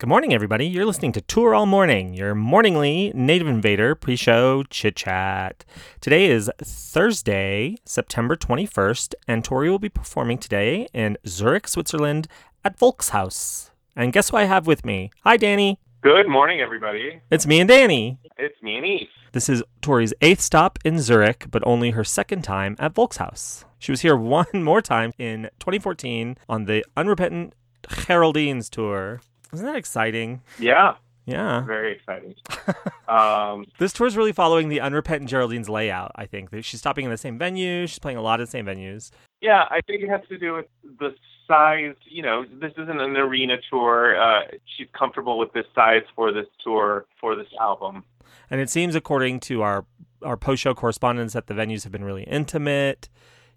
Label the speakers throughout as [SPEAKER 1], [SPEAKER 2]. [SPEAKER 1] Good morning, everybody. You're listening to Tour All Morning, your morningly Native Invader pre show chit chat. Today is Thursday, September 21st, and Tori will be performing today in Zurich, Switzerland at Volkshaus. And guess who I have with me? Hi, Danny.
[SPEAKER 2] Good morning, everybody.
[SPEAKER 1] It's me and Danny.
[SPEAKER 2] It's me and Eve.
[SPEAKER 1] This is Tori's eighth stop in Zurich, but only her second time at Volkshaus. She was here one more time in 2014 on the Unrepentant Geraldines tour. Isn't that exciting?
[SPEAKER 2] Yeah,
[SPEAKER 1] Yeah.
[SPEAKER 2] very exciting. um,
[SPEAKER 1] This tour is really following the Unrepentant Geraldine's layout, I think. That She's stopping in the same venue. She's playing a lot of the same venues.
[SPEAKER 2] yeah, I think it has to do with the size. You know, this isn't an arena tour. Uh, she's comfortable with this size for this tour, for this album.
[SPEAKER 1] And it seems, according to our, our post show correspondence, that the venues have been really intimate.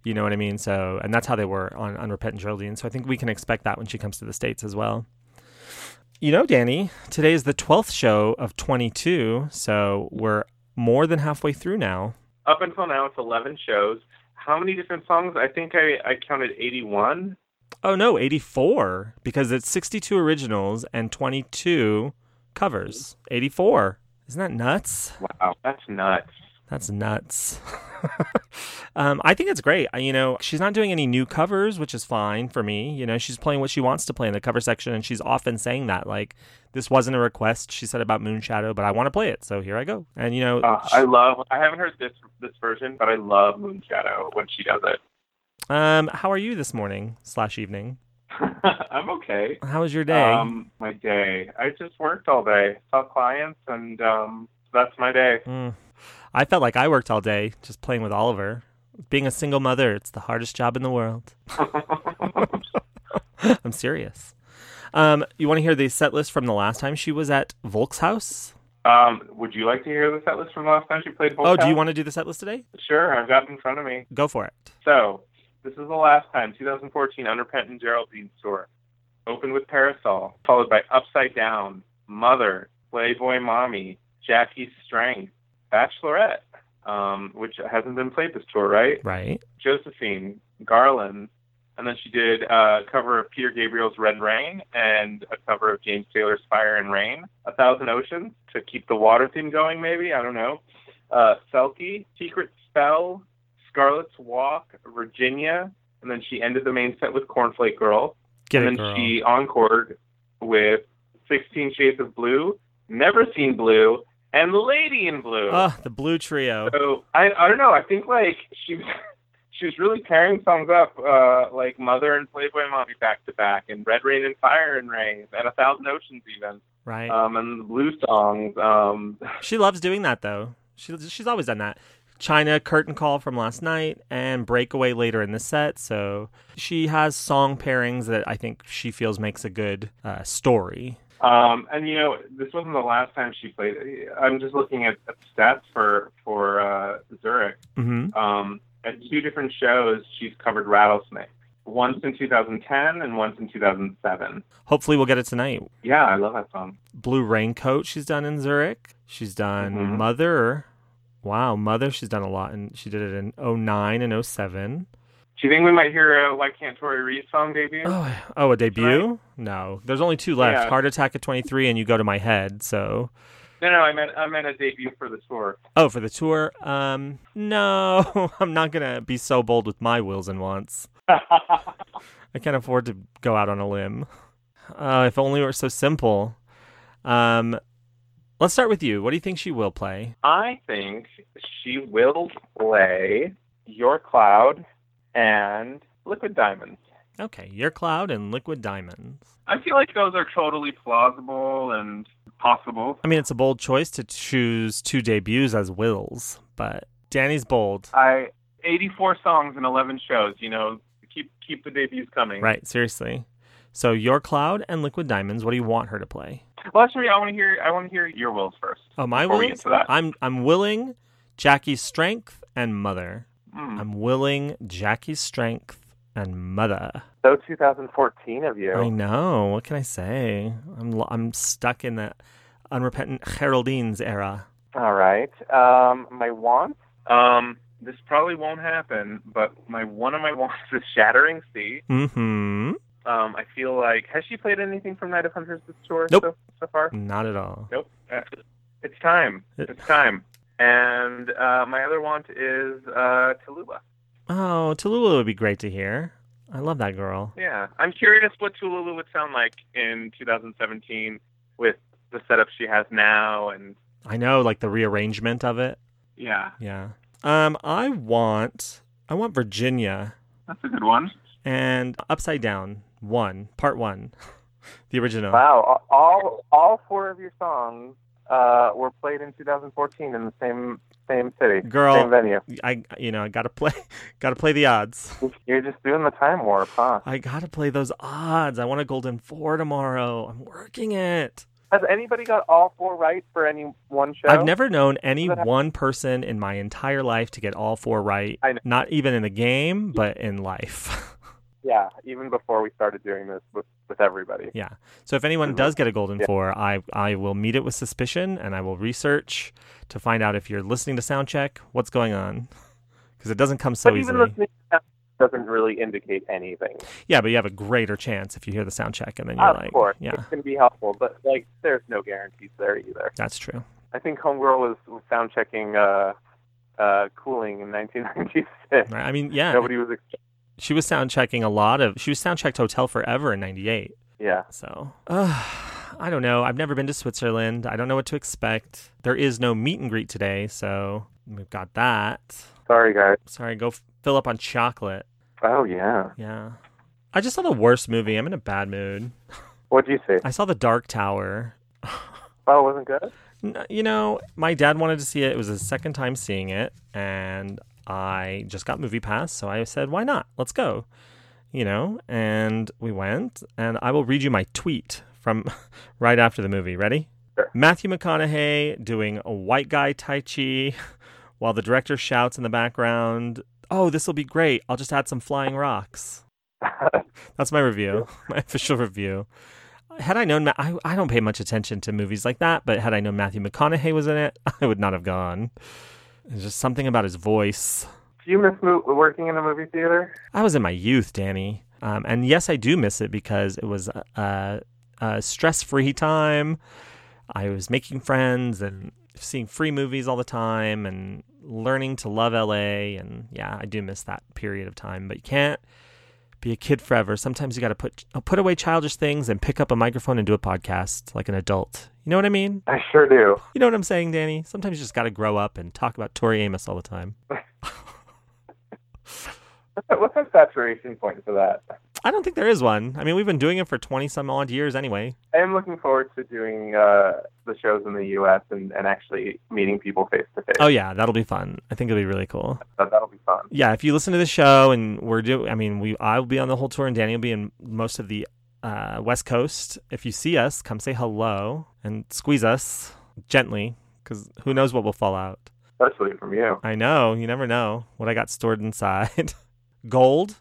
[SPEAKER 1] You know what I mean? So, and that's how they were on Unrepentant Geraldine. So I think we can expect that when she comes to the States as well. You know, Danny, today is the 12th show of 22. So we're more than halfway through now.
[SPEAKER 2] Up until now, it's 11 shows. How many different songs? I think I, I counted 81.
[SPEAKER 1] Oh no, 84 because it's 62 originals and 22 covers. 84. Isn't that nuts?
[SPEAKER 2] Wow, that's nuts.
[SPEAKER 1] That's nuts. um, I think it's great. I- You know, she's not doing any new covers, which is fine for me. You know, she's playing what she wants to play in the cover section, and she's often saying that like, "This wasn't a request." She said about Moonshadow, but I want to play it, so here I go. And you know,
[SPEAKER 2] Uh,
[SPEAKER 1] she-
[SPEAKER 2] I love. I haven't heard this this version, but I love Moonshadow when she does it.
[SPEAKER 1] um, how are you this morning slash evening?
[SPEAKER 2] I'm okay.
[SPEAKER 1] How was your day?
[SPEAKER 2] Um, my day. I just worked all day, saw clients, and um, that's my day.
[SPEAKER 1] Mm. I felt like I worked all day just playing with Oliver. Being a single mother, it's the hardest job in the world. I'm serious. Um, you want to hear the set list from the last time she was at Volk's house?
[SPEAKER 2] um, would you like to hear the set list from last time she played?
[SPEAKER 1] Oh, do you
[SPEAKER 2] Volcano?
[SPEAKER 1] want to do the set list today?
[SPEAKER 2] Sure, I've got it in front of me.
[SPEAKER 1] Go for it.
[SPEAKER 2] So this is the last time, 2014 Underpent and Geraldine tour. Opened with Parasol, followed by Upside Down, Mother, Playboy Mommy, Jackie's Strength, Bachelorette, um, which hasn't been played this tour, right?
[SPEAKER 1] Right.
[SPEAKER 2] Josephine Garland, and then she did a cover of Peter Gabriel's Red Rain and a cover of James Taylor's Fire and Rain, A Thousand Oceans to keep the water theme going, maybe I don't know. Uh, Selkie, Secret Spell, Scarlet's Walk, Virginia, and then she ended the main set with Cornflake Girl,
[SPEAKER 1] Get
[SPEAKER 2] and
[SPEAKER 1] it,
[SPEAKER 2] then
[SPEAKER 1] girl.
[SPEAKER 2] she encored with Sixteen Shades of Blue, Never Seen Blue, and Lady in Blue.
[SPEAKER 1] Ah, the blue trio.
[SPEAKER 2] So I I don't know. I think like she was she was really pairing songs up, uh, like Mother and Playboy Mommy back to back, and Red Rain and Fire and Rain, and A Thousand Oceans even,
[SPEAKER 1] Right.
[SPEAKER 2] um, and the blues songs. Um,
[SPEAKER 1] She loves doing that though. She she's always done that. China curtain call from last night and breakaway later in the set. So she has song pairings that I think she feels makes a good uh, story.
[SPEAKER 2] um, and you know this wasn't the last time she played. I'm just looking at, at stats for for uh, Zurich.
[SPEAKER 1] hmm
[SPEAKER 2] Um, at two different shows, she's covered Rattlesnake. Once in 2010 and once in 2007.
[SPEAKER 1] Hopefully we'll get it tonight.
[SPEAKER 2] Yeah, I love that song.
[SPEAKER 1] Blue Raincoat she's done in Zurich. She's done
[SPEAKER 2] Mhm.
[SPEAKER 1] Mother. Wow, Mother she's done a lot and she did it in 09 and 07.
[SPEAKER 2] Do you think we might hear a Why Can't Tori Reid song debut?
[SPEAKER 1] Oh, I- oh, a debut? No. There's only two left.
[SPEAKER 2] Yeah.
[SPEAKER 1] Heart Attack at 23 and You Go to My Head. So
[SPEAKER 2] No, no, I meant I meant a debut for the tour.
[SPEAKER 1] Oh, for the tour? Um, no, I'm not gonna be so bold with my wills and wants. I can't afford to go out on a limb. Uh, if only it were so simple. Um, let's start with you. What do you think she will play?
[SPEAKER 2] I think she will play Your Cloud and Liquid Diamonds.
[SPEAKER 1] Okay, Your Cloud and Liquid Diamonds.
[SPEAKER 2] I feel like those are totally plausible and possible.
[SPEAKER 1] I mean, it's a bold choice to choose two debuts as wills, but Danny's bold.
[SPEAKER 2] I 84 songs and 11 shows. You know, keep keep the debuts coming.
[SPEAKER 1] Right, seriously. So Your Cloud and Liquid Diamonds. What do you want her to play?
[SPEAKER 2] Well, actually, I want to hear I want to hear your wills first.
[SPEAKER 1] Oh, my
[SPEAKER 2] Before we
[SPEAKER 1] wills?
[SPEAKER 2] get to that.
[SPEAKER 1] I'm I'm willing. Jackie's strength and mother.
[SPEAKER 2] Mm.
[SPEAKER 1] I'm willing Jackie's strength and mother.
[SPEAKER 2] So 2014 of you.
[SPEAKER 1] I know. What can I say? I'm lo- I'm stuck in that unrepentant Geraldine's era.
[SPEAKER 2] All right. Um, my wants. Um, this probably won't happen, but my one of my wants is Shattering Sea,
[SPEAKER 1] Mm-hmm.
[SPEAKER 2] Um, I feel like has she played anything from Night of Hunters this tour
[SPEAKER 1] Nope.
[SPEAKER 2] so, so far?
[SPEAKER 1] Not at all.
[SPEAKER 2] Nope. Uh, It's time.
[SPEAKER 1] It-
[SPEAKER 2] It's time. And uh, my other want is uh, Tallulah.
[SPEAKER 1] Oh, Tallulah would be great to hear. I love that girl.
[SPEAKER 2] Yeah, I'm curious what Tululu would sound like in 2017 with the setup she has now, and
[SPEAKER 1] I know, like the rearrangement of it.
[SPEAKER 2] yeah,
[SPEAKER 1] Yeah. Um, I want, I want Virginia
[SPEAKER 2] that's a good one.
[SPEAKER 1] and Upside Down One, Part One, the original.
[SPEAKER 2] Wow, all all four of your songs uh, were played in 2014 in the same same city,
[SPEAKER 1] Girl.
[SPEAKER 2] same venue.
[SPEAKER 1] I, you know, I gotta play, gotta play the odds.
[SPEAKER 2] You're just doing the time warp, huh?
[SPEAKER 1] I gotta play those odds. I want a golden four tomorrow. I'm working it.
[SPEAKER 2] Has anybody got all four right for any one show?
[SPEAKER 1] I've never known any
[SPEAKER 2] But I-
[SPEAKER 1] one person in my entire life to get all four right.
[SPEAKER 2] I know.
[SPEAKER 1] Not even in the game, but in life.
[SPEAKER 2] Yeah, even before we started doing this with with everybody.
[SPEAKER 1] yeah. So if anyone
[SPEAKER 2] Mhm.
[SPEAKER 1] does get a golden
[SPEAKER 2] Yeah.
[SPEAKER 1] four, I I will meet it with suspicion and I will research to find out if you're listening to soundcheck, what's going on. Because it doesn't come so
[SPEAKER 2] but
[SPEAKER 1] easily.
[SPEAKER 2] even listening to that doesn't really indicate anything.
[SPEAKER 1] yeah, but you have a greater chance if you hear the soundcheck and then you're
[SPEAKER 2] of
[SPEAKER 1] like,
[SPEAKER 2] course,
[SPEAKER 1] yeah,
[SPEAKER 2] it's going to be helpful, but like, there's no guarantees there either.
[SPEAKER 1] that's true.
[SPEAKER 2] I think Homegirl was sound checking uh, uh, cooling in 1996.
[SPEAKER 1] Right? I mean, yeah,
[SPEAKER 2] Nobody was, ex-
[SPEAKER 1] she was sound checking a lot of. She was sound checked Hotel Forever in '98.
[SPEAKER 2] yeah.
[SPEAKER 1] So, uh, I don't know. I've never been to Switzerland. I don't know what to expect. There is no meet and greet today, so we've got that.
[SPEAKER 2] Sorry, guys.
[SPEAKER 1] Sorry, go f- fill up on chocolate.
[SPEAKER 2] Oh yeah.
[SPEAKER 1] Yeah. I just saw the worst movie. I'm in a bad mood.
[SPEAKER 2] What'd you say?
[SPEAKER 1] I saw The Dark Tower.
[SPEAKER 2] Oh, it wasn't good.
[SPEAKER 1] N- You know, my dad wanted to see it. It was his second time seeing it, and I just got Movie Pass, so I said, "Why not? Let's go." You know, and we went, and I will read you my tweet from right after the movie. Ready?
[SPEAKER 2] Sure.
[SPEAKER 1] Matthew McConaughey doing a white guy tai chi while the director shouts in the background, "Oh, this will be great. I'll just add some flying rocks." That's my review, my official review. Had I known, Ma- I, I don't pay much attention to movies like that, but had I known Matthew McConaughey was in it, I would not have gone. There's just something about his voice.
[SPEAKER 2] Do you miss mo- working in a movie theater?
[SPEAKER 1] I was in my youth, Danny. Um, and yes, I do miss it because it was a, a stress free time. I was making friends and seeing free movies all the time and learning to love LA. And yeah, I do miss that period of time, but you can't be a kid forever. Sometimes you got to put, uh, put away childish things and pick up a microphone and do a podcast like an adult. You know what I mean?
[SPEAKER 2] I sure do.
[SPEAKER 1] You know what I'm saying, Danny? Sometimes you just got to grow up and talk about Tori Amos all the time.
[SPEAKER 2] What's that- What's our saturation point for that?
[SPEAKER 1] I don't think there is one. I mean, we've been doing it for 20 some odd years anyway.
[SPEAKER 2] I am looking forward to doing uh, the shows in the U.S. and, and actually meeting people face to face.
[SPEAKER 1] Oh, yeah, that'll be fun. I think it'll be really cool.
[SPEAKER 2] So that'll be fun.
[SPEAKER 1] Yeah, if you listen to the show and we're doing, I mean, we I'll be on the whole tour and Danny will be in most of the uh, West Coast. If you see us, come say hello and squeeze us gently because who knows what will fall out.
[SPEAKER 2] Especially from you.
[SPEAKER 1] I know, you never know what I got stored inside. gold?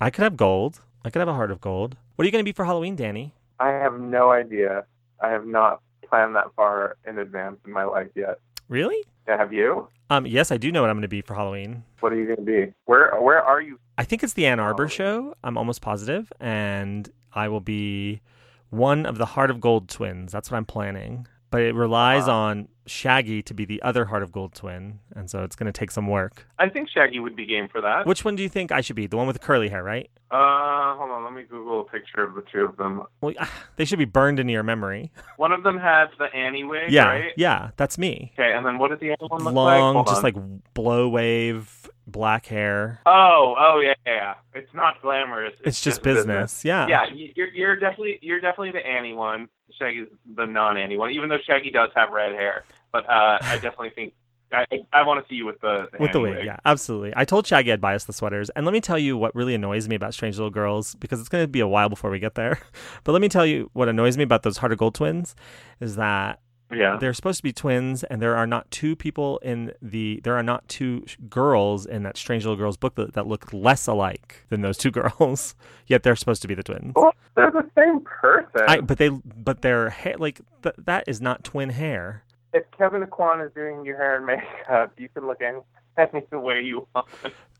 [SPEAKER 1] I could have gold. I could have a heart of gold. What are you going to be for Halloween, Danny?
[SPEAKER 2] I have no idea. I have not planned that far in advance in my life yet.
[SPEAKER 1] Really?
[SPEAKER 2] Yeah, Have you?
[SPEAKER 1] Um, yes, I do know what I'm going to be for Halloween.
[SPEAKER 2] What are you going to be? Where Where are you?
[SPEAKER 1] I think it's the Ann Arbor
[SPEAKER 2] Oh.
[SPEAKER 1] show. I'm almost positive, and I will be one of the Heart of Gold twins. That's what I'm planning. But it relies
[SPEAKER 2] Wow.
[SPEAKER 1] on Shaggy to be the other Heart of Gold twin, and so it's going to take some work.
[SPEAKER 2] I think Shaggy would be game for that.
[SPEAKER 1] Which one do you think I should be? The one with the curly hair, right?
[SPEAKER 2] Uh, hold on. Let me Google a picture of the two of them.
[SPEAKER 1] Well, ah, they should be burned into your memory.
[SPEAKER 2] One of them had the Annie wig,
[SPEAKER 1] yeah,
[SPEAKER 2] right?
[SPEAKER 1] yeah, that's me.
[SPEAKER 2] Okay, and then what did the other one look like?
[SPEAKER 1] Long,
[SPEAKER 2] Hold
[SPEAKER 1] just
[SPEAKER 2] on.
[SPEAKER 1] like blow wave black hair.
[SPEAKER 2] Oh, oh yeah, yeah, yeah. It's not glamorous.
[SPEAKER 1] It's just business. Yeah.
[SPEAKER 2] Yeah, you- you're you're definitely you're definitely the Annie one. Shaggy's the non-Annie one, even though Shaggy does have red hair. But uh, I definitely think I I want to see you with the, the
[SPEAKER 1] With the
[SPEAKER 2] Annie
[SPEAKER 1] wig, yeah, absolutely. I told Shaggy I'd buy us the sweaters, and let me tell you what really annoys me about Strange Little Girls because it's going to be a while before we get there. But let me tell you what annoys me about those Heart of Gold twins is that
[SPEAKER 2] Yeah.
[SPEAKER 1] they're supposed to be twins, and there are not two people in the there are not two sh- girls in that Strange Little Girls booklet that look less alike than those two girls. Yet they're supposed to be the twins.
[SPEAKER 2] Well, they're the same person.
[SPEAKER 1] I, but they but their hair like th- that is not twin hair.
[SPEAKER 2] If Kevin Aquan is doing your hair and makeup, you can look any, any way you want.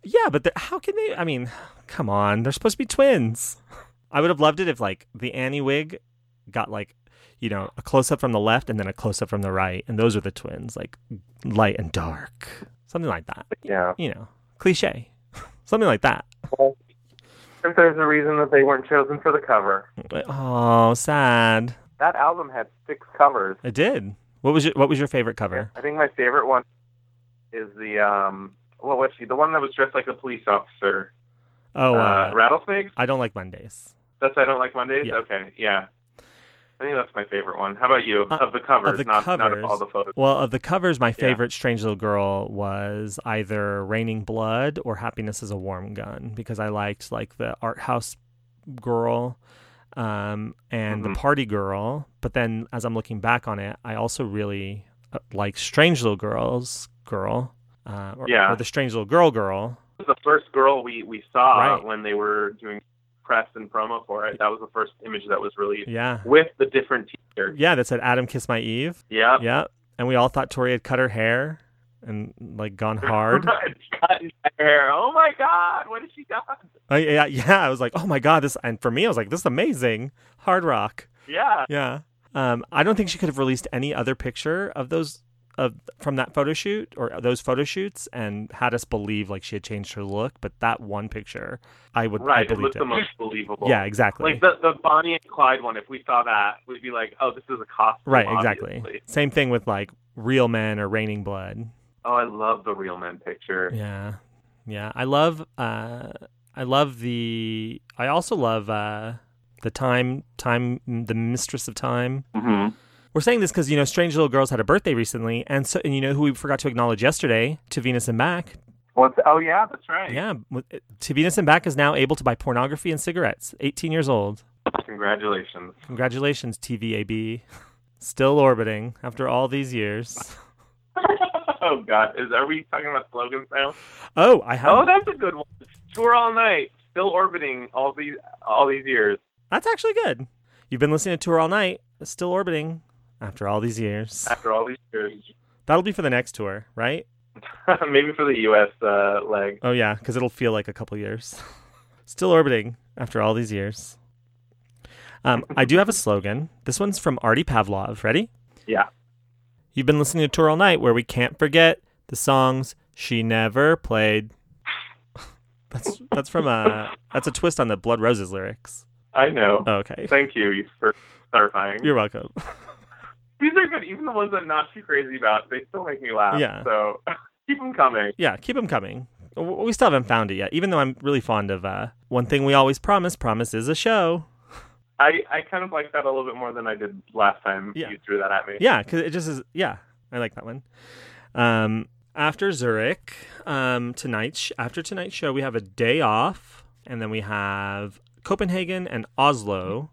[SPEAKER 1] Yeah, but the- how can they? I mean, come on, they're supposed to be twins. I would have loved it if like the Annie wig got like you know a close up from the left and then a close up from the right, and those are the twins, like light and dark, something like that.
[SPEAKER 2] Yeah.
[SPEAKER 1] You know, cliche, something like that.
[SPEAKER 2] If there's a reason that they weren't chosen for the cover,
[SPEAKER 1] Oh, sad.
[SPEAKER 2] that album had six covers.
[SPEAKER 1] It did. What was your What was your favorite cover?
[SPEAKER 2] I think my favorite one is the um. Well, what's she? The one that was dressed like a police officer.
[SPEAKER 1] Oh,
[SPEAKER 2] uh,
[SPEAKER 1] uh,
[SPEAKER 2] Rattlesnakes.
[SPEAKER 1] I don't like Mondays.
[SPEAKER 2] That's I don't like Mondays.
[SPEAKER 1] Yeah.
[SPEAKER 2] Okay, yeah. I think that's my favorite one. How about you?
[SPEAKER 1] Uh,
[SPEAKER 2] of the covers,
[SPEAKER 1] of the
[SPEAKER 2] not not
[SPEAKER 1] covers.
[SPEAKER 2] of all the photos.
[SPEAKER 1] Well, of the covers, my
[SPEAKER 2] Yeah.
[SPEAKER 1] favorite Strange Little Girl was either Raining Blood or Happiness is a Warm Gun because I liked like the art house girl um, and
[SPEAKER 2] Mhm.
[SPEAKER 1] the party girl. But then as I'm looking back on it, I also really uh, like Strange Little Girls girl. Uh, or,
[SPEAKER 2] Yeah.
[SPEAKER 1] or the Strange Little Girl girl.
[SPEAKER 2] This is the first girl we we saw
[SPEAKER 1] Right.
[SPEAKER 2] when they were doing press and promo for it. That was the first image that was released
[SPEAKER 1] Yeah.
[SPEAKER 2] with the different T-shirt.
[SPEAKER 1] Yeah, that said Adam Kiss My Eve.
[SPEAKER 2] Yeah.
[SPEAKER 1] Yeah. And we all thought Tori had cut her hair and like gone hard.
[SPEAKER 2] Cotton hair. Oh my God! What has she done?
[SPEAKER 1] I, yeah, yeah. I was like, oh my god, this. And for me, I was like, this is amazing. Hard rock.
[SPEAKER 2] Yeah.
[SPEAKER 1] Yeah. Um, I don't think she could have released any other picture of those of from that photo shoot or those photo shoots and had us believe like she had changed her look. But that one picture, I would
[SPEAKER 2] Right.
[SPEAKER 1] I
[SPEAKER 2] It looked
[SPEAKER 1] believed it.
[SPEAKER 2] the most believable.
[SPEAKER 1] yeah, exactly.
[SPEAKER 2] Like the the Bonnie and Clyde one. If we saw that, we'd be like, oh, this is a costume.
[SPEAKER 1] right, exactly.
[SPEAKER 2] obviously.
[SPEAKER 1] Same thing with like real men or raining blood.
[SPEAKER 2] Oh, I love the real men picture.
[SPEAKER 1] Yeah. Yeah. I love uh I love the I also love uh the time time the mistress of time.
[SPEAKER 2] hmm
[SPEAKER 1] We're saying this because you know Strange Little Girls had a birthday recently and so and you know who we forgot to acknowledge yesterday, to Venus and Back.
[SPEAKER 2] What's, oh yeah, that's right.
[SPEAKER 1] Yeah, with- to Venus and Back is now able to buy pornography and cigarettes. 18 years old.
[SPEAKER 2] Congratulations.
[SPEAKER 1] Congratulations TVAB. Still orbiting after all these years.
[SPEAKER 2] oh God, is are we talking about slogans now?
[SPEAKER 1] Oh, I have
[SPEAKER 2] Oh, that's a good one. Tour all night, still orbiting all these all these years.
[SPEAKER 1] That's actually good. You've been listening to her all night, still orbiting after all these years.
[SPEAKER 2] After all these years,
[SPEAKER 1] That'll be for the next tour, right?
[SPEAKER 2] maybe for the U.S. Uh, leg.
[SPEAKER 1] Oh yeah, because it'll feel like a couple years. still orbiting after all these years. Um, I do have a slogan. This one's from Artie Pavlov. Ready?
[SPEAKER 2] Yeah.
[SPEAKER 1] You've been listening to tour all night, where we can't forget the songs she never played. That's that's from a that's a twist on the Blood Roses lyrics.
[SPEAKER 2] I know.
[SPEAKER 1] Oh, okay,
[SPEAKER 2] Thank you for clarifying.
[SPEAKER 1] you're welcome.
[SPEAKER 2] These are good, even the ones I'm not too crazy about. They still make me laugh.
[SPEAKER 1] Yeah.
[SPEAKER 2] So keep them coming.
[SPEAKER 1] yeah, keep them coming. W- We still haven't found it yet, even though I'm really fond of uh, one thing we always promise. Promise is a show.
[SPEAKER 2] I I kind of like that a little bit more than I did last time
[SPEAKER 1] Yeah.
[SPEAKER 2] you threw that at me.
[SPEAKER 1] Yeah, because it just is. Yeah, I like that one. Um, after Zurich, um, tonight's sh- after tonight's show, we have a day off, and then we have Copenhagen and Oslo,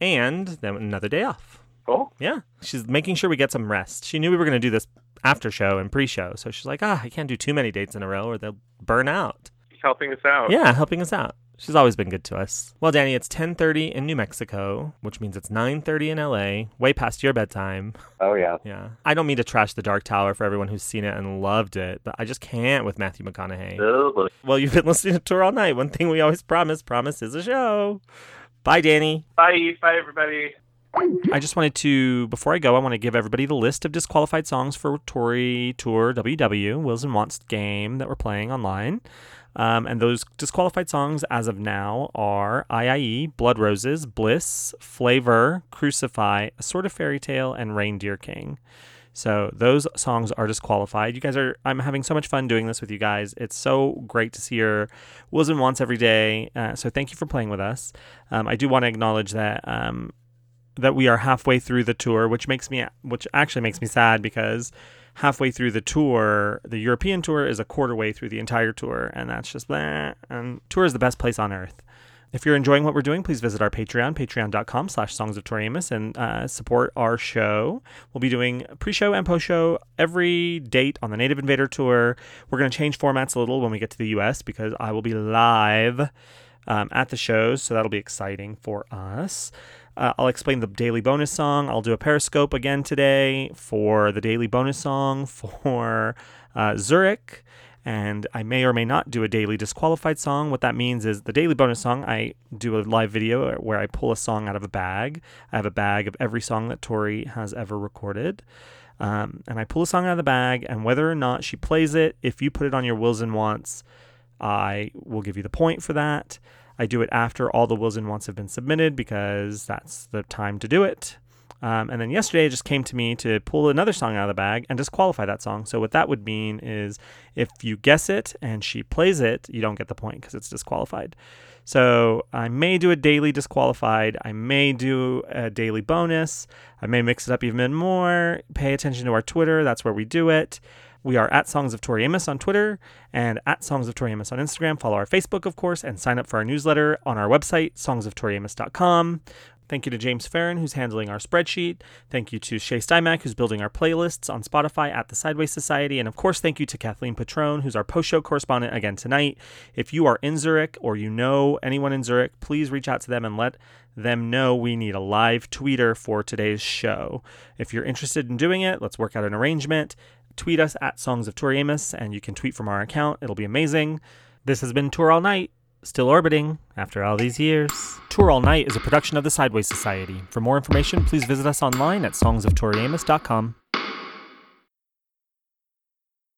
[SPEAKER 1] and then another day off.
[SPEAKER 2] Cool.
[SPEAKER 1] Yeah, she's making sure we get some rest. She knew we were going to do this after show and pre show, so she's like, ah, I can't do too many dates in a row, or they'll burn out.
[SPEAKER 2] Keep helping us out.
[SPEAKER 1] Yeah, helping us out. She's always been good to us. Well, Danny, it's 10:30 in New Mexico, which means it's 9:30 in LA, way past your bedtime.
[SPEAKER 2] Oh yeah.
[SPEAKER 1] Yeah. I don't mean to trash The Dark Tower for everyone who's seen it and loved it, but I just can't with Matthew McConaughey.
[SPEAKER 2] Oh, boy.
[SPEAKER 1] Well, you've been listening to Tour all night. One thing we always promise, promise is a show. Bye, Danny.
[SPEAKER 2] Bye. Bye, everybody.
[SPEAKER 1] I just wanted to, before I go, I want to give everybody the list of disqualified songs for Tory Tour WW, Wills and Wants game that we're playing online. Um, and those disqualified songs as of now are IIE, Blood Roses, Bliss, Flavor, Crucify, A Sort of Fairy Tale, and Reindeer King. So those songs are disqualified. You guys are, I'm having so much fun doing this with you guys. It's so great to see your wills and wants every day. Uh, so thank you for playing with us. Um, I do want to acknowledge that um, that we are halfway through the tour, which makes me which actually makes me sad because halfway through the tour, the European tour is a quarter way through the entire tour, and that's just blah. And tour is the best place on earth. If you're enjoying what we're doing, please visit our Patreon, patreon.com slash songs of Tori Amos, and uh, support our show. We'll be doing pre-show and post-show every date on the Native Invader Tour. We're going to change formats a little when we get to the U.S. because I will be live um, at the shows, so that'll be exciting for us. Uh, I'll explain the daily bonus song. I'll do a Periscope again today for the daily bonus song for uh, Zurich. and I may or may not do a daily disqualified song. What that means is the daily bonus song, I do a live video where I pull a song out of a bag. I have a bag of every song that Tori has ever recorded. Um, and I pull a song out of the bag, and whether or not she plays it, if you put it on your wills and wants, I will give you the point for that. I do it after all the wills and wants have been submitted because that's the time to do it. Um, and then yesterday, it just came to me to pull another song out of the bag and disqualify that song. So what that would mean is, if you guess it and she plays it, you don't get the point because it's disqualified. So I may do a daily disqualified. I may do a daily bonus. I may mix it up even more. Pay attention to our Twitter. That's where we do it. We are at Songs of Tori Amos on Twitter and at Songs of Tori Amos on Instagram. Follow our Facebook, of course, and sign up for our newsletter on our website, songsoftoriamos.com. Thank you to James Farron, who's handling our spreadsheet. Thank you to Shay Stymack, who's building our playlists on Spotify at the Sideways Society. And of course, thank you to Kathleen Patrone, who's our post show correspondent again tonight. If you are in Zurich or you know anyone in Zurich, please reach out to them and let them know we need a live tweeter for today's show. If you're interested in doing it, let's work out an arrangement. Tweet us at Songs of Tori Amos, and you can tweet from our account. It'll be amazing. This has been Tour All Night still orbiting after all these years. Tour All Night is a production of the Sideways Society. For more information, please visit us online at songsoftoriamus.com.